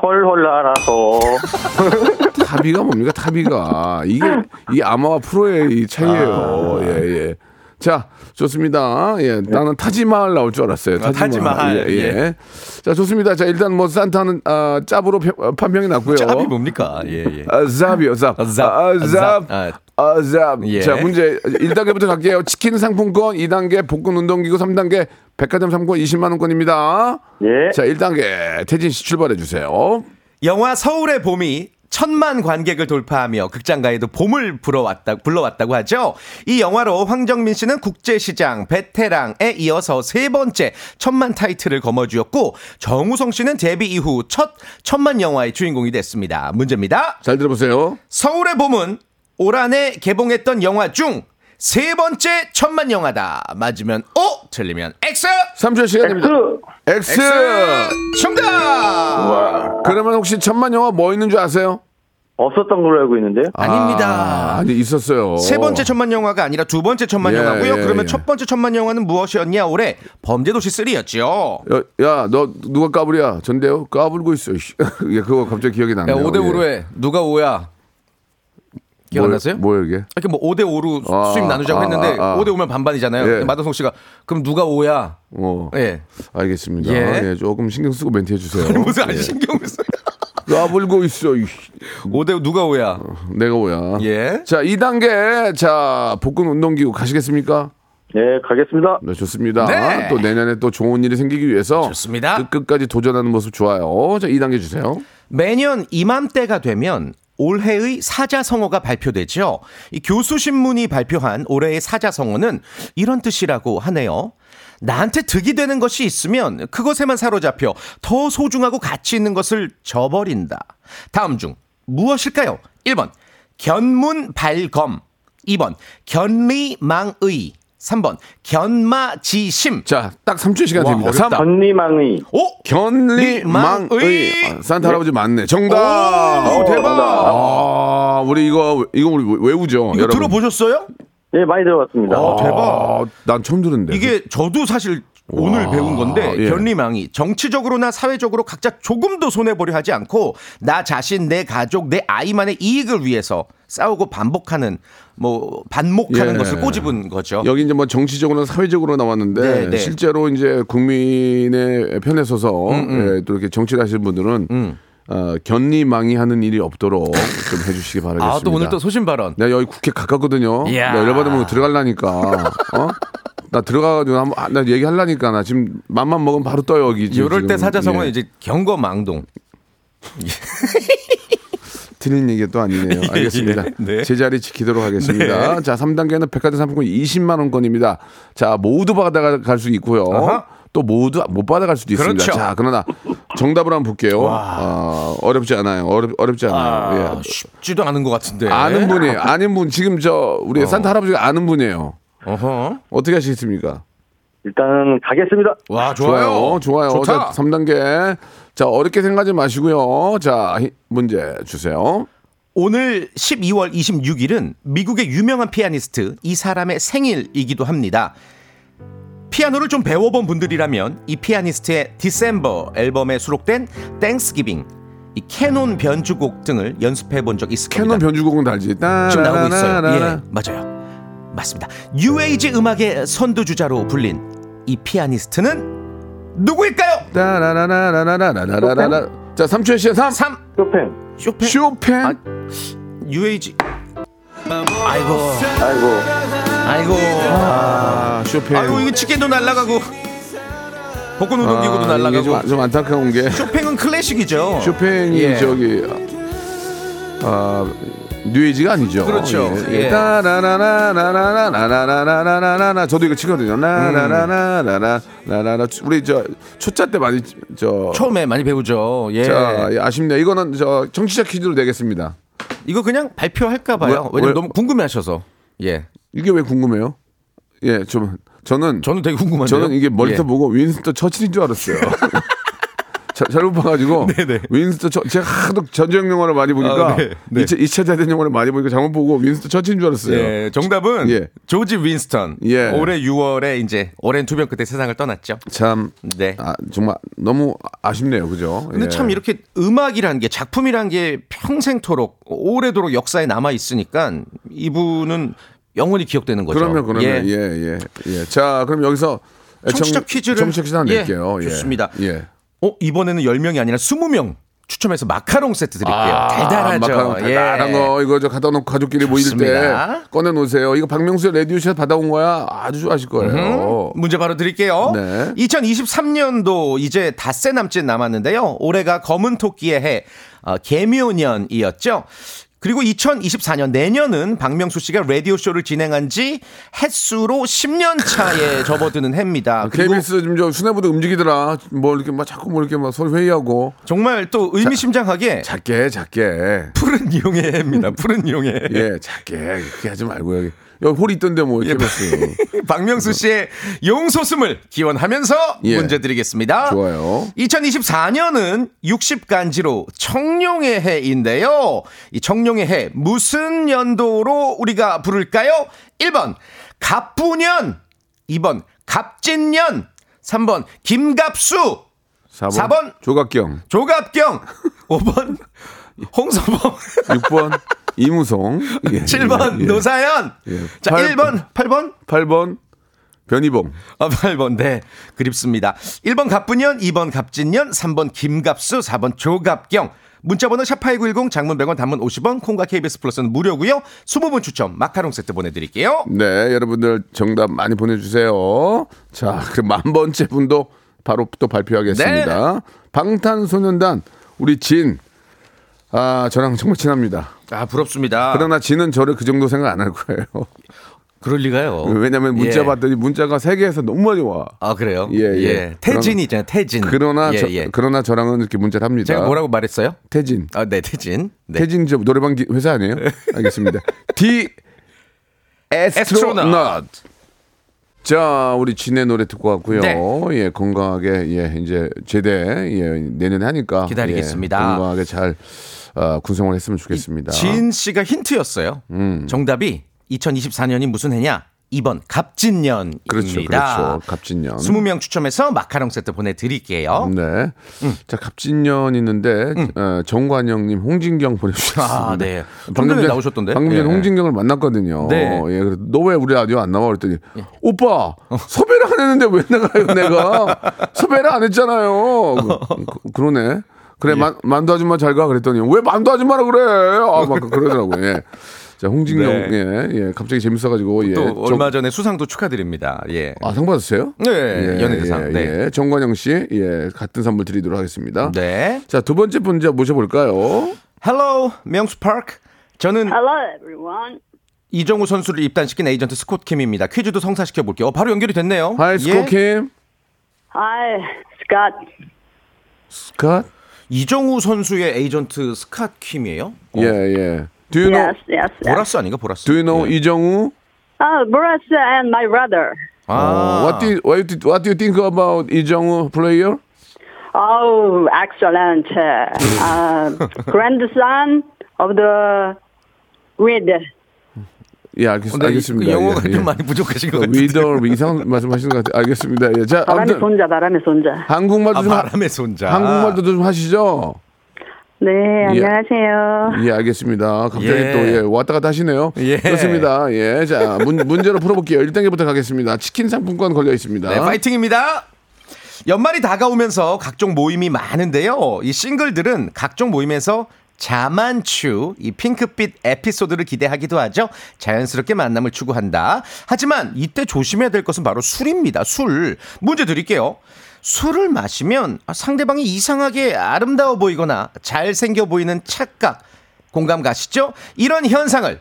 [SPEAKER 7] 훨훨 날아서
[SPEAKER 3] 타비가 뭡니까 타비가 이게 이 아마와 프로의 이 차이예요.
[SPEAKER 5] 아.
[SPEAKER 3] 예 예. 자 좋습니다. 예 나는 타지마할 나올 줄 알았어요.
[SPEAKER 5] 아, 타지마할,
[SPEAKER 3] 예, 예.
[SPEAKER 5] 예.
[SPEAKER 3] 자 좋습니다. 자 일단 뭐 산타는 아, 짭으로 펴- 어, 판명이 났고요.
[SPEAKER 5] 짭이 뭡니까? 예, 예.
[SPEAKER 3] 아, 짭이요 짭.
[SPEAKER 5] 아, 짭.
[SPEAKER 3] 아, 짭.
[SPEAKER 5] 아,
[SPEAKER 3] 아, 짭.
[SPEAKER 5] 예.
[SPEAKER 3] 자 문제 1단계부터 갈게요. 치킨 상품권 2단계 복근 운동기구 3단계 백화점 상품권 20만 원권입니다.
[SPEAKER 7] 예.
[SPEAKER 3] 자 1단계 태진 씨 출발해 주세요.
[SPEAKER 5] 영화 서울의 봄이 천만 관객을 돌파하며 극장가에도 봄을 불어왔다, 불러왔다고 하죠. 이 영화로 황정민 씨는 국제시장, 베테랑에 이어서 세 번째 천만 타이틀을 거머쥐었고 정우성 씨는 데뷔 이후 첫 천만 영화의 주인공이 됐습니다. 문제입니다.
[SPEAKER 3] 잘 들어보세요.
[SPEAKER 5] 서울의 봄은 올 한해 개봉했던 영화 중 세 번째 천만 영화다. 맞으면 O, 틀리면 X.
[SPEAKER 3] 3초의 시간입니다.
[SPEAKER 8] 네, 그
[SPEAKER 3] X.
[SPEAKER 5] X. 정답.
[SPEAKER 3] 그러면 혹시 천만 영화 뭐 있는 줄 아세요?
[SPEAKER 7] 없었던 걸로 알고 있는데요.
[SPEAKER 3] 아,
[SPEAKER 5] 아닙니다.
[SPEAKER 3] 아니 있었어요.
[SPEAKER 5] 세 번째 천만 영화가 아니라 두 번째 천만
[SPEAKER 3] 예,
[SPEAKER 5] 영화고요.
[SPEAKER 3] 예, 예.
[SPEAKER 5] 그러면 첫 번째 천만 영화는 무엇이었냐? 올해 범죄도시 3였죠.
[SPEAKER 3] 야 너 누가 까불이야? 전데요? 까불고 있어. 씨. 예, 그거 갑자기 기억이 나네요. 예.
[SPEAKER 5] 해. 누가 5야? 기억 안
[SPEAKER 3] 뭘-
[SPEAKER 5] 나세요?
[SPEAKER 3] 뭐예요 이게?
[SPEAKER 5] 이렇게 뭐 5대 5로
[SPEAKER 3] 아,
[SPEAKER 5] 수입 나누자고
[SPEAKER 3] 아,
[SPEAKER 5] 했는데
[SPEAKER 3] 아, 아.
[SPEAKER 5] 5대 5면 반반이잖아요.
[SPEAKER 3] 예.
[SPEAKER 5] 근데 마동석 씨가 그럼 누가 5야?
[SPEAKER 3] 어,
[SPEAKER 5] 예.
[SPEAKER 3] 알겠습니다.
[SPEAKER 5] 예.
[SPEAKER 3] 예, 조금 신경 쓰고 멘트 해주세요.
[SPEAKER 5] 무슨 안 신경을 써요.
[SPEAKER 3] 까불고 있어. 이 씨.
[SPEAKER 5] 5대 누가 5야?
[SPEAKER 3] 내가 뭐야?
[SPEAKER 5] 예.
[SPEAKER 3] 자, 2단계 자 복근 운동기구 가시겠습니까?
[SPEAKER 7] 예, 가겠습니다.
[SPEAKER 3] 네, 좋습니다.
[SPEAKER 5] 네.
[SPEAKER 3] 또 내년에 또 좋은 일이 생기기 위해서
[SPEAKER 5] 좋습니다.
[SPEAKER 3] 끝- 끝까지 도전하는 모습 좋아요. 자, 2단계 주세요.
[SPEAKER 5] 매년 이맘때가 되면 올해의 사자성어가 발표되죠. 이 교수신문이 발표한 올해의 사자성어는 이런 뜻이라고 하네요. 나한테 득이 되는 것이 있으면 그것에만 사로잡혀 더 소중하고 가치 있는 것을 저버린다. 다음 중 무엇일까요? 1번 견문발검 2번 견리망의 3번 견마지심
[SPEAKER 3] 자, 딱 3초 시간
[SPEAKER 5] 와,
[SPEAKER 3] 됩니다.
[SPEAKER 5] 어렵다.
[SPEAKER 3] 삼.
[SPEAKER 7] 전리망의.
[SPEAKER 5] 오!
[SPEAKER 3] 견리망의
[SPEAKER 5] 리망의.
[SPEAKER 3] 아, 산타 할아버지 맞네 정답 어,
[SPEAKER 5] 오, 대박!
[SPEAKER 3] 아 우리 이거 이거 우리 외우죠
[SPEAKER 5] 이거
[SPEAKER 3] 여러분
[SPEAKER 5] 들어보셨어요?
[SPEAKER 7] 예, 많이 들어봤습니다.
[SPEAKER 5] 어, 대박.
[SPEAKER 3] 아, 난 처음 들은데
[SPEAKER 5] 이게 저도 사실 오늘 배운 건데
[SPEAKER 3] 그- 예.
[SPEAKER 5] 견리망이 정치적으로나 사회적으로 각자 조금도 손해 보려 하지 않고 나 자신, 내 가족, 내 아이만의 이익을 위해서 싸우고 반복하는 뭐 반목하는
[SPEAKER 3] 예.
[SPEAKER 5] 것을 꼬집은 거죠.
[SPEAKER 3] 여기 이제 뭐 정치적으로 사회적으로 나왔는데
[SPEAKER 5] 네, 네.
[SPEAKER 3] 실제로 이제 국민의 편에 서서
[SPEAKER 5] 음,
[SPEAKER 3] 예, 또 이렇게 정치를 하시는 분들은 어, 견리망이 하는 일이 없도록 좀 해주시기 바라겠습니다. 네,
[SPEAKER 5] 아 또 오늘 또 소신 발언.
[SPEAKER 3] 내가 여기 국회 가깝거든요.
[SPEAKER 5] 이야.
[SPEAKER 3] 나 열받으면 들어갈라니까. 어? 나 들어가가지고 한번 아, 나 얘기할라니까 나 지금 맘만 먹으면 바로 떠요 여기. 지금.
[SPEAKER 5] 이럴 때
[SPEAKER 3] 지금.
[SPEAKER 5] 사자성어는
[SPEAKER 3] 예.
[SPEAKER 5] 이제 경거망동.
[SPEAKER 3] 드린 얘기가 또 아니네요. 알겠습니다.
[SPEAKER 5] 예, 네.
[SPEAKER 3] 제자리 지키도록 하겠습니다. 자, 3단계는 백화점 상품권 20만 원권입니다. 자, 모두 받아갈 수 있고요. 또 모두 못 받아갈 수도 있습니다.
[SPEAKER 5] 그렇죠.
[SPEAKER 3] 자, 그러나 정답을 한번 볼게요. 아, 어렵지 않아요. 어렵, 어렵지 않아요.
[SPEAKER 5] 네?
[SPEAKER 3] 예.
[SPEAKER 5] 쉽지도 않은 것 같은데.
[SPEAKER 3] 아는 분이에요. 아는 분. 지금 저
[SPEAKER 5] 어.
[SPEAKER 3] 우리 산타 할아버지가 아는 분이에요.
[SPEAKER 5] 어허.
[SPEAKER 3] 어떻게 하시겠습니까?
[SPEAKER 7] 일단 가겠습니다.
[SPEAKER 5] 와
[SPEAKER 3] 좋아요. 좋아요.
[SPEAKER 5] 좋다.
[SPEAKER 3] 자, 3단계. 자, 어렵게 생각하지 마시고요. 자, 히- 문제 주세요.
[SPEAKER 5] 오늘 12월 26일은 미국의 유명한 피아니스트 이 사람의 생일이기도 합니다. 피아노를 좀 배워본 분들이라면 이 피아니스트의 디셈버 앨범에 수록된 땡스기빙, 이 캐논 변주곡 등을 연습해 본 적 있을
[SPEAKER 3] 캐논
[SPEAKER 5] 겁니다.
[SPEAKER 3] 변주곡은 달지.
[SPEAKER 5] 지금 나오고 있어요.
[SPEAKER 3] 따라라라라.
[SPEAKER 5] 예, 맞아요. 맞습니다. UAG 음악의 선두주자로 불린 이 피아니스트는 누구일까요?
[SPEAKER 3] 따라라라라라라라라라. 자, 3초의 시간 3.
[SPEAKER 5] 3.
[SPEAKER 7] 쇼팽.
[SPEAKER 5] 쇼팽.
[SPEAKER 3] 쇼팽.
[SPEAKER 5] 아, UAG. 아이고.
[SPEAKER 7] 아이고.
[SPEAKER 5] 아이고.
[SPEAKER 3] 아, 쇼팽.
[SPEAKER 5] 아이고 이거 치킨도 날라가고 볶은
[SPEAKER 3] 아,
[SPEAKER 5] 우동기구도
[SPEAKER 3] 이게
[SPEAKER 5] 날라가고
[SPEAKER 3] 좀, 좀 안타까운 게
[SPEAKER 5] 쇼팽은 클래식이죠.
[SPEAKER 3] 쇼팽이
[SPEAKER 5] 예.
[SPEAKER 3] 저기 아 뉴에이지가 아니죠.
[SPEAKER 5] 그렇죠. 예.
[SPEAKER 3] 따라라라라라라라라라라라라 저도 이거 치거든요. 라라라라라라라라 우리 저 초짜 때 많이 저
[SPEAKER 5] 처음에 많이 배우죠. 예.
[SPEAKER 3] 자, 예, 아쉽네요. 이거는 저 청취자 퀴즈로 내겠습니다.
[SPEAKER 5] 이거 그냥 발표할까
[SPEAKER 3] 왜-
[SPEAKER 5] 봐요. 왜냐면
[SPEAKER 3] 뭐, 왜-
[SPEAKER 5] 너무 궁금해하셔서. 예.
[SPEAKER 3] 이게 왜 궁금해요? 예, 좀 저는
[SPEAKER 5] 저는 되게 궁금한데요.
[SPEAKER 3] 저는 이게 멀리서
[SPEAKER 5] 예.
[SPEAKER 3] 보고 윈스턴 처칠인 줄 알았어요. 자- 잘못 봐가지고 윈스턴 처 제가 하도 전쟁 영화를 많이 보니까
[SPEAKER 5] 네, 아, 네, 네.
[SPEAKER 3] 2차, 2차 대전 영화를 많이 보니까 잘못 보고 윈스턴 처칠인 줄 알았어요.
[SPEAKER 5] 예, 정답은
[SPEAKER 3] 예.
[SPEAKER 5] 조지 윈스턴.
[SPEAKER 3] 예.
[SPEAKER 5] 올해 6월에 이제 오랜 투병 끝에 세상을 떠났죠.
[SPEAKER 3] 참
[SPEAKER 5] 네.
[SPEAKER 3] 아, 정말 너무 아쉽네요, 그죠?
[SPEAKER 5] 근데
[SPEAKER 3] 예.
[SPEAKER 5] 참 이렇게 음악이란 게 작품이란 게 평생토록 오래도록 역사에 남아 있으니까 이분은 영원히 기억되는 거죠.
[SPEAKER 3] 그러면 그러면
[SPEAKER 5] 예.
[SPEAKER 3] 예예 예, 예. 자 그럼 여기서 애청-
[SPEAKER 5] 청취자 퀴즈를
[SPEAKER 3] 청취자 퀴즈 하나
[SPEAKER 5] 예,
[SPEAKER 3] 낼게요. 예.
[SPEAKER 5] 좋습니다.
[SPEAKER 3] 예.
[SPEAKER 5] 어, 이번에는 10명이 아니라 20명 추첨해서 마카롱 세트 드릴게요.
[SPEAKER 3] 아,
[SPEAKER 5] 대단하죠.
[SPEAKER 3] 마카롱 달달한
[SPEAKER 5] 예.
[SPEAKER 3] 거 이거 저 갖다 놓고 가족끼리 모일
[SPEAKER 5] 좋습니다.
[SPEAKER 3] 때 꺼내 놓으세요. 이거 박명수의 레디오샷 받아온 거야. 아주 좋아하실 거예요.
[SPEAKER 5] 문제 바로 드릴게요.
[SPEAKER 3] 네.
[SPEAKER 5] 2023년도 이제 닷새 남짓 남았는데요. 올해가 검은 토끼의 해, 어, 개묘년이었죠. 그리고 2024년 내년은 박명수 씨가 라디오 쇼를 진행한 지 횟수로 10년 차에 접어드는
[SPEAKER 3] 아,
[SPEAKER 5] 해입니다. 그리고
[SPEAKER 3] KBS 지금 저 수뇌부도 움직이더라. 뭐 이렇게 막 자꾸 뭐 이렇게 막 서로 회의하고
[SPEAKER 5] 정말 또 의미심장하게
[SPEAKER 3] 작게 작게
[SPEAKER 5] 푸른 용의 해입니다. 푸른 용의 해.
[SPEAKER 3] 예 작게 그렇게 하지 말고요. 여기 홀이 있던데
[SPEAKER 5] 예.
[SPEAKER 3] 뭐 KBS
[SPEAKER 5] 박명수 씨의 용솟음을 기원하면서
[SPEAKER 3] 예.
[SPEAKER 5] 문제 드리겠습니다.
[SPEAKER 3] 좋아요.
[SPEAKER 5] 2024년은 60간지로 청룡의 해인데요. 이 청룡의 해 무슨 연도로 우리가 부를까요? 1번 갑부년, 2번 갑진년, 3번 김갑수,
[SPEAKER 3] 4번,
[SPEAKER 5] 사 번.
[SPEAKER 3] 조각경
[SPEAKER 5] 조갑경, 5번 홍서범,
[SPEAKER 3] 6번 이무송 예,
[SPEAKER 5] 7번
[SPEAKER 3] 예, 예.
[SPEAKER 5] 노사연.
[SPEAKER 3] 예.
[SPEAKER 5] 자,
[SPEAKER 3] 팔-
[SPEAKER 5] 1번, 8번
[SPEAKER 3] 8번 변희봉
[SPEAKER 5] 아, 8번, 네. 그립습니다. 1번 갑분년, 2번 갑진년, 3번 김갑수, 4번 조갑경. 문자번호 샵8910 장문 100원 단문 50원 콩과 KBS 플러스는 무료고요 20분 추첨 마카롱 세트 보내드릴게요
[SPEAKER 3] 네, 여러분들 정답 많이 보내주세요. 자, 그럼 만 번째 분도 바로 또 발표하겠습니다.
[SPEAKER 5] 네.
[SPEAKER 3] 방탄소년단 우리 진, 아 저랑 정말 친합니다.
[SPEAKER 5] 아 부럽습니다
[SPEAKER 3] 그러나 진은 저를 그 정도 생각 안 할 거예요.
[SPEAKER 5] 그럴 리가요
[SPEAKER 3] 왜냐면 문자
[SPEAKER 5] 예.
[SPEAKER 3] 봤더니 문자가 세 개에서 너무 많이 와.
[SPEAKER 5] 아 그래요?
[SPEAKER 3] 예, 예.
[SPEAKER 5] 태진이잖아요 태진
[SPEAKER 3] 그러나
[SPEAKER 5] 예,
[SPEAKER 3] 저,
[SPEAKER 5] 예.
[SPEAKER 3] 그러나 저랑은 이렇게 문자를 합니다.
[SPEAKER 5] 제가 뭐라고 말했어요?
[SPEAKER 3] 태진,
[SPEAKER 5] 아 네 태진 네.
[SPEAKER 3] 태진 저 노래방 기- 회사 아니에요? 알겠습니다. D 에스트로넛. 자, 우리 진의 노래 듣고 왔고요.
[SPEAKER 5] 네.
[SPEAKER 3] 예, 건강하게 예, 이제 제대 예, 내년에 하니까
[SPEAKER 5] 기다리겠습니다.
[SPEAKER 3] 예, 건강하게 잘 아, 군생활 했으면 좋겠습니다.
[SPEAKER 5] 진 씨가 힌트였어요
[SPEAKER 3] 음.
[SPEAKER 5] 정답이 2024년이 무슨 해냐 2번 갑진년입니다
[SPEAKER 3] 그렇죠, 그렇죠. 갑진년.
[SPEAKER 5] 20명 추첨해서 마카롱 세트 보내드릴게요.
[SPEAKER 3] 네. 자, 갑진년 있는데 어, 정관영님, 홍진경 보내주셨습니다.
[SPEAKER 5] 음. 아, 네. 좀 전에 나오셨던데?
[SPEAKER 3] 방금 전에
[SPEAKER 5] 예.
[SPEAKER 3] 홍진경을 만났거든요.
[SPEAKER 5] 네. 예.
[SPEAKER 3] 예, 그래서 너 왜 우리 라디오 안 나와 그랬더니 오빠
[SPEAKER 5] 어.
[SPEAKER 3] 섭외를 안 했는데 왜 나가요 내가 섭외를 안 했잖아요.
[SPEAKER 5] 어.
[SPEAKER 3] 그, 러네
[SPEAKER 5] 예.
[SPEAKER 3] 그래 만, 만두 아줌마 잘 가 그랬더니 왜 만두 아줌마라 그래? 아막 그러더라고요. 예. 자 홍진경 예, 예 갑자기 재밌어가지고 예.
[SPEAKER 5] 네. 또
[SPEAKER 3] 정-
[SPEAKER 5] 얼마 전에 수상도 축하드립니다. 예.
[SPEAKER 3] 아, 상 받으세요?
[SPEAKER 5] 네, 연예대상.
[SPEAKER 3] 예,
[SPEAKER 5] 네.
[SPEAKER 3] 예. 정관영 씨, 예, 같은 선물 드리도록 하겠습니다.
[SPEAKER 5] 네.
[SPEAKER 3] 자, 두 번째 분자 모셔볼까요?
[SPEAKER 5] Hello, 명수 파크. 저는
[SPEAKER 8] Hello, everyone.
[SPEAKER 5] 이정우 선수를 입단시킨 에이전트 스콧 킴입니다. 퀴즈도 성사시켜 볼게요. 어, 바로 연결이 됐네요.
[SPEAKER 3] 하이
[SPEAKER 5] 예.
[SPEAKER 3] 스코킴.
[SPEAKER 8] 아, 스캇.
[SPEAKER 3] 스캇?
[SPEAKER 5] 이정우 선수의 에이전트 스캇 킴이에요? 어,
[SPEAKER 3] 예, 예. Do you know,
[SPEAKER 8] Yes, yes, yes.
[SPEAKER 5] 보라스 아닌가 보라스?
[SPEAKER 3] do you know
[SPEAKER 5] 네.
[SPEAKER 3] 이정우?
[SPEAKER 8] Oh, Boris and my brother.
[SPEAKER 5] 아,
[SPEAKER 3] 어, What do you, what do you- what do you think about 이정우 player?
[SPEAKER 8] Oh, excellent. Uh, grandson of the grid.
[SPEAKER 3] 예, 알겠,
[SPEAKER 5] 근데
[SPEAKER 3] 알겠습니다.
[SPEAKER 5] 그 영어가
[SPEAKER 3] 예,
[SPEAKER 5] 좀
[SPEAKER 3] 예.
[SPEAKER 5] 많이 부족하신 것 같아요.
[SPEAKER 3] 위더 이상 말씀하시는 것 같아요. 알겠습니다. 예. 자,
[SPEAKER 8] 바람의
[SPEAKER 3] 아무튼
[SPEAKER 8] 손자, 바람의 손자.
[SPEAKER 3] 한국말도
[SPEAKER 5] 아,
[SPEAKER 3] 좀 하-
[SPEAKER 5] 바람의 손자.
[SPEAKER 3] 한국말도 좀 하시죠.
[SPEAKER 8] 네,
[SPEAKER 3] 예.
[SPEAKER 8] 안녕하세요.
[SPEAKER 3] 예, 알겠습니다. 갑자기
[SPEAKER 5] 예.
[SPEAKER 3] 또 예, 왔다 갔다 하시네요.
[SPEAKER 5] 예.
[SPEAKER 3] 그렇습니다. 예. 자, 문, 문제로 풀어볼게요. 1단계부터 가겠습니다. 치킨 상품권 걸려 있습니다.
[SPEAKER 5] 네, 파이팅입니다. 연말이 다가오면서 각종 모임이 많은데요. 이 싱글들은 각종 모임에서 자만추, 이 핑크빛 에피소드를 기대하기도 하죠. 자연스럽게 만남을 추구한다. 하지만 이때 조심해야 될 것은 바로 술입니다. 술. 문제 드릴게요. 술을 마시면 상대방이 이상하게 아름다워 보이거나 잘생겨 보이는 착각. 공감 가시죠? 이런 현상을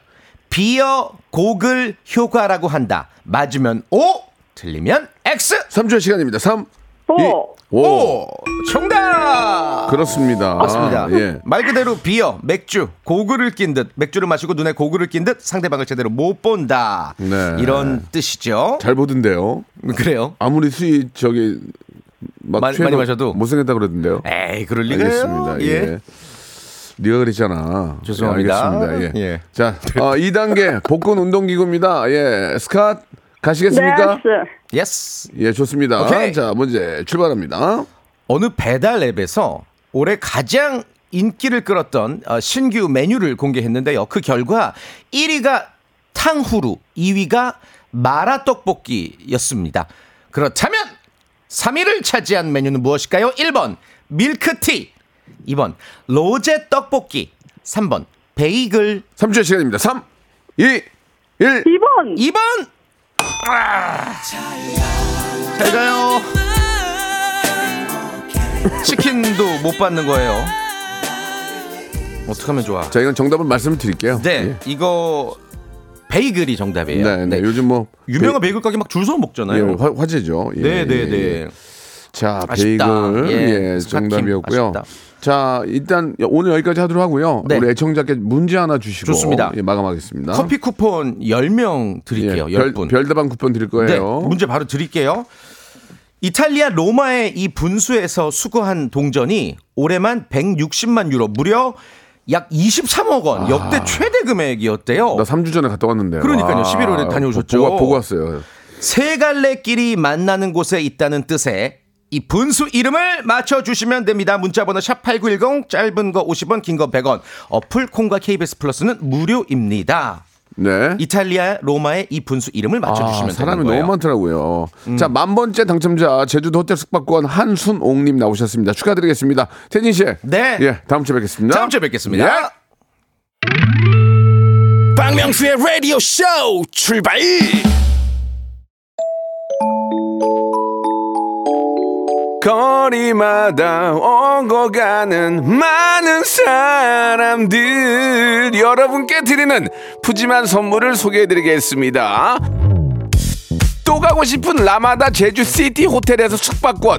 [SPEAKER 5] 비어 고글 효과라고 한다. 맞으면 O, 틀리면 X.
[SPEAKER 3] 3초의 시간입니다. 3,
[SPEAKER 8] 오,
[SPEAKER 3] 5.
[SPEAKER 5] 오, 정답!
[SPEAKER 3] 그렇습니다.
[SPEAKER 5] 맞습니다.
[SPEAKER 3] 예.
[SPEAKER 5] 말 그대로 비어, 맥주, 고글을 낀 듯, 맥주를 마시고 눈에 고글을 낀 듯 상대방을 제대로 못 본다.
[SPEAKER 3] 네.
[SPEAKER 5] 이런 뜻이죠.
[SPEAKER 3] 잘 보던데요.
[SPEAKER 5] 그래요.
[SPEAKER 3] 아무리 수위 저기 막
[SPEAKER 5] 많이-
[SPEAKER 3] 취해도
[SPEAKER 5] 많이 마셔도?
[SPEAKER 3] 못생겼다 그러던데요.
[SPEAKER 5] 에이, 그럴 리가요.
[SPEAKER 3] 알겠습니다. 예. 네가 그랬잖아.
[SPEAKER 5] 죄송합니다.
[SPEAKER 3] 예, 알겠습니다. 예.
[SPEAKER 5] 예.
[SPEAKER 3] 자, 어, 2단계 복근 운동기구입니다. 예. 스캇 가시겠습니까?
[SPEAKER 8] yes.
[SPEAKER 5] 예스.
[SPEAKER 3] 예, 좋습니다.
[SPEAKER 5] 오케이.
[SPEAKER 3] 자, 문제 출발합니다.
[SPEAKER 5] 어느 배달 앱에서 올해 가장 인기를 끌었던 어, 신규 메뉴를 공개했는데요. 그 결과 1위가 탕후루, 2위가 마라 떡볶이였습니다. 그렇다면 3위를 차지한 메뉴는 무엇일까요? 1번 밀크티, 2번 로제 떡볶이, 3번 베이글,
[SPEAKER 3] 3초의 시간입니다. 3, 2, 1.
[SPEAKER 8] 2번.
[SPEAKER 5] 2번 아, 잘 가요. 치킨도 못 받는 거예요. 어떻게 하면 좋아?
[SPEAKER 3] 자, 이건 정답을 말씀드릴게요.
[SPEAKER 5] 네, 이거 베이글이
[SPEAKER 3] 예.
[SPEAKER 5] 정답이에요.
[SPEAKER 3] 네, 네.
[SPEAKER 5] 네.
[SPEAKER 3] 요즘 뭐
[SPEAKER 5] 유명한 베이글 가게 막 줄
[SPEAKER 3] 베,
[SPEAKER 5] 서서
[SPEAKER 3] 예,
[SPEAKER 5] 먹잖아요.
[SPEAKER 3] 화, 화제죠. 예,
[SPEAKER 5] 네, 네,
[SPEAKER 3] 예, 예.
[SPEAKER 5] 네.
[SPEAKER 3] 자,
[SPEAKER 5] 아쉽다.
[SPEAKER 3] 베이글 예,
[SPEAKER 5] 예,
[SPEAKER 3] 정답이었고요.
[SPEAKER 5] 아쉽다.
[SPEAKER 3] 자, 일단 오늘 여기까지 하도록 하고요.
[SPEAKER 5] 네.
[SPEAKER 3] 우리 애청자께 문제 하나 주시고
[SPEAKER 5] 좋습니다.
[SPEAKER 3] 예, 마감하겠습니다.
[SPEAKER 5] 커피 쿠폰 10명 드릴게요.
[SPEAKER 3] 예, 별,
[SPEAKER 5] 10분.
[SPEAKER 3] 별다방 쿠폰 드릴 거예요.
[SPEAKER 5] 네, 문제 바로 드릴게요. 이탈리아 로마의 이 분수에서 수거한 동전이 올해만 160만 유로, 무려 약 23억 원, 역대 최대 금액이었대요.
[SPEAKER 3] 아. 나 3주 전에 갔다 왔는데.
[SPEAKER 5] 그러니까요.
[SPEAKER 3] 와,
[SPEAKER 5] 11월에 다녀오셨죠?
[SPEAKER 3] 보고, 보고 왔어요.
[SPEAKER 5] 세 갈래끼리 만나는 곳에 있다는 뜻의 이 분수 이름을 맞춰주시면 됩니다. 문자번호 샵8910, 짧은 거 50원, 긴 거 100원. 어플 콩과 KBS 플러스는 무료입니다.
[SPEAKER 3] 네.
[SPEAKER 5] 이탈리아 로마의 이 분수 이름을 맞춰주시면
[SPEAKER 3] 아, 사람이
[SPEAKER 5] 되는 거예요. 음.
[SPEAKER 3] 너무 많더라고요. 자, 만 번째 당첨자 제주도 호텔 숙박권 한순옥님 나오셨습니다. 축하드리겠습니다. 태진 씨.
[SPEAKER 5] 네.
[SPEAKER 3] 예, 다음 주에 뵙겠습니다.
[SPEAKER 5] 다음 주에 뵙겠습니다.
[SPEAKER 3] 예.
[SPEAKER 2] 박명수의 라디오 쇼 출발
[SPEAKER 1] 거리마다 오고 가는 많은 사람들 여러분께 드리는 푸짐한 선물을 소개해드리겠습니다. 또 가고 싶은 라마다 제주 시티 호텔에서 숙박권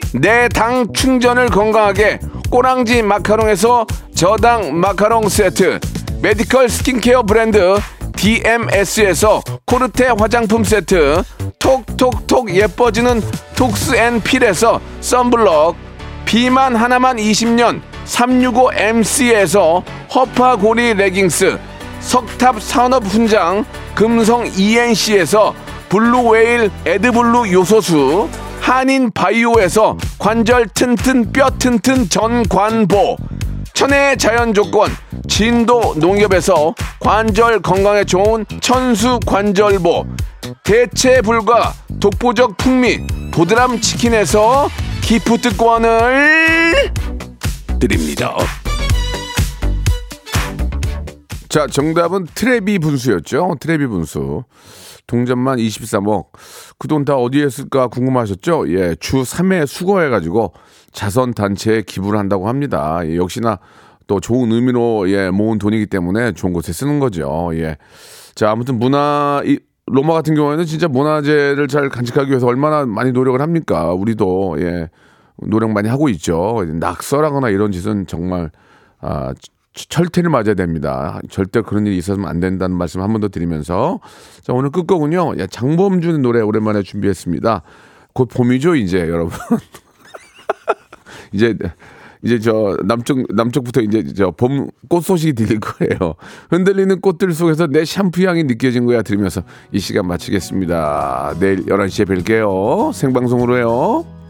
[SPEAKER 1] 내 당 충전을 건강하게 꼬랑지 마카롱에서 저당 마카롱 세트 메디컬 스킨케어 브랜드 DMS에서 코르테 화장품 세트 톡톡 톡톡톡 예뻐지는 톡스앤필에서 썬블럭 비만 하나만 20년 365MC에서 허파고리 레깅스 석탑 산업 훈장 금성 ENC에서 블루웨일 에드블루 요소수 한인 바이오에서 관절 튼튼 뼈 튼튼 전관보 천혜의 자연 조건 진도 농협에서 관절 건강에 좋은 천수 관절보 대체 불과 독보적 풍미 보드람 치킨에서 기프트권을 드립니다.
[SPEAKER 3] 자, 정답은 트레비 분수였죠. 어, 트레비 분수. 동전만 23억. 그 돈 다 어디에 쓸까 궁금하셨죠? 예, 주 3회 수거해가지고 자선 단체에 기부를 한다고 합니다. 예, 역시나 또 좋은 의미로 예, 모은 돈이기 때문에 좋은 곳에 쓰는 거죠. 예. 자, 아무튼 문화, 이, 로마 같은 경우에는 진짜 문화재를 잘 간직하기 위해서 얼마나 많이 노력을 합니까? 우리도, 예, 노력 많이 하고 있죠. 낙서라거나 이런 짓은 정말 아, 처- 철퇴를 맞아야 됩니다. 절대 그런 일이 있어서는 안 된다는 말씀 한 번 더 드리면서 자 오늘 끝거군요. 야, 장범준의 노래 오랜만에 준비했습니다. 곧 봄이죠 이제 여러분. 이제 이제 저 남쪽 남쪽부터 이제 저 봄 꽃 소식이 들릴 거예요. 흔들리는 꽃들 속에서 내 샴푸 향이 느껴진 거야 들으면서 이 시간 마치겠습니다. 내일 11시에 뵐게요. 생방송으로 해요.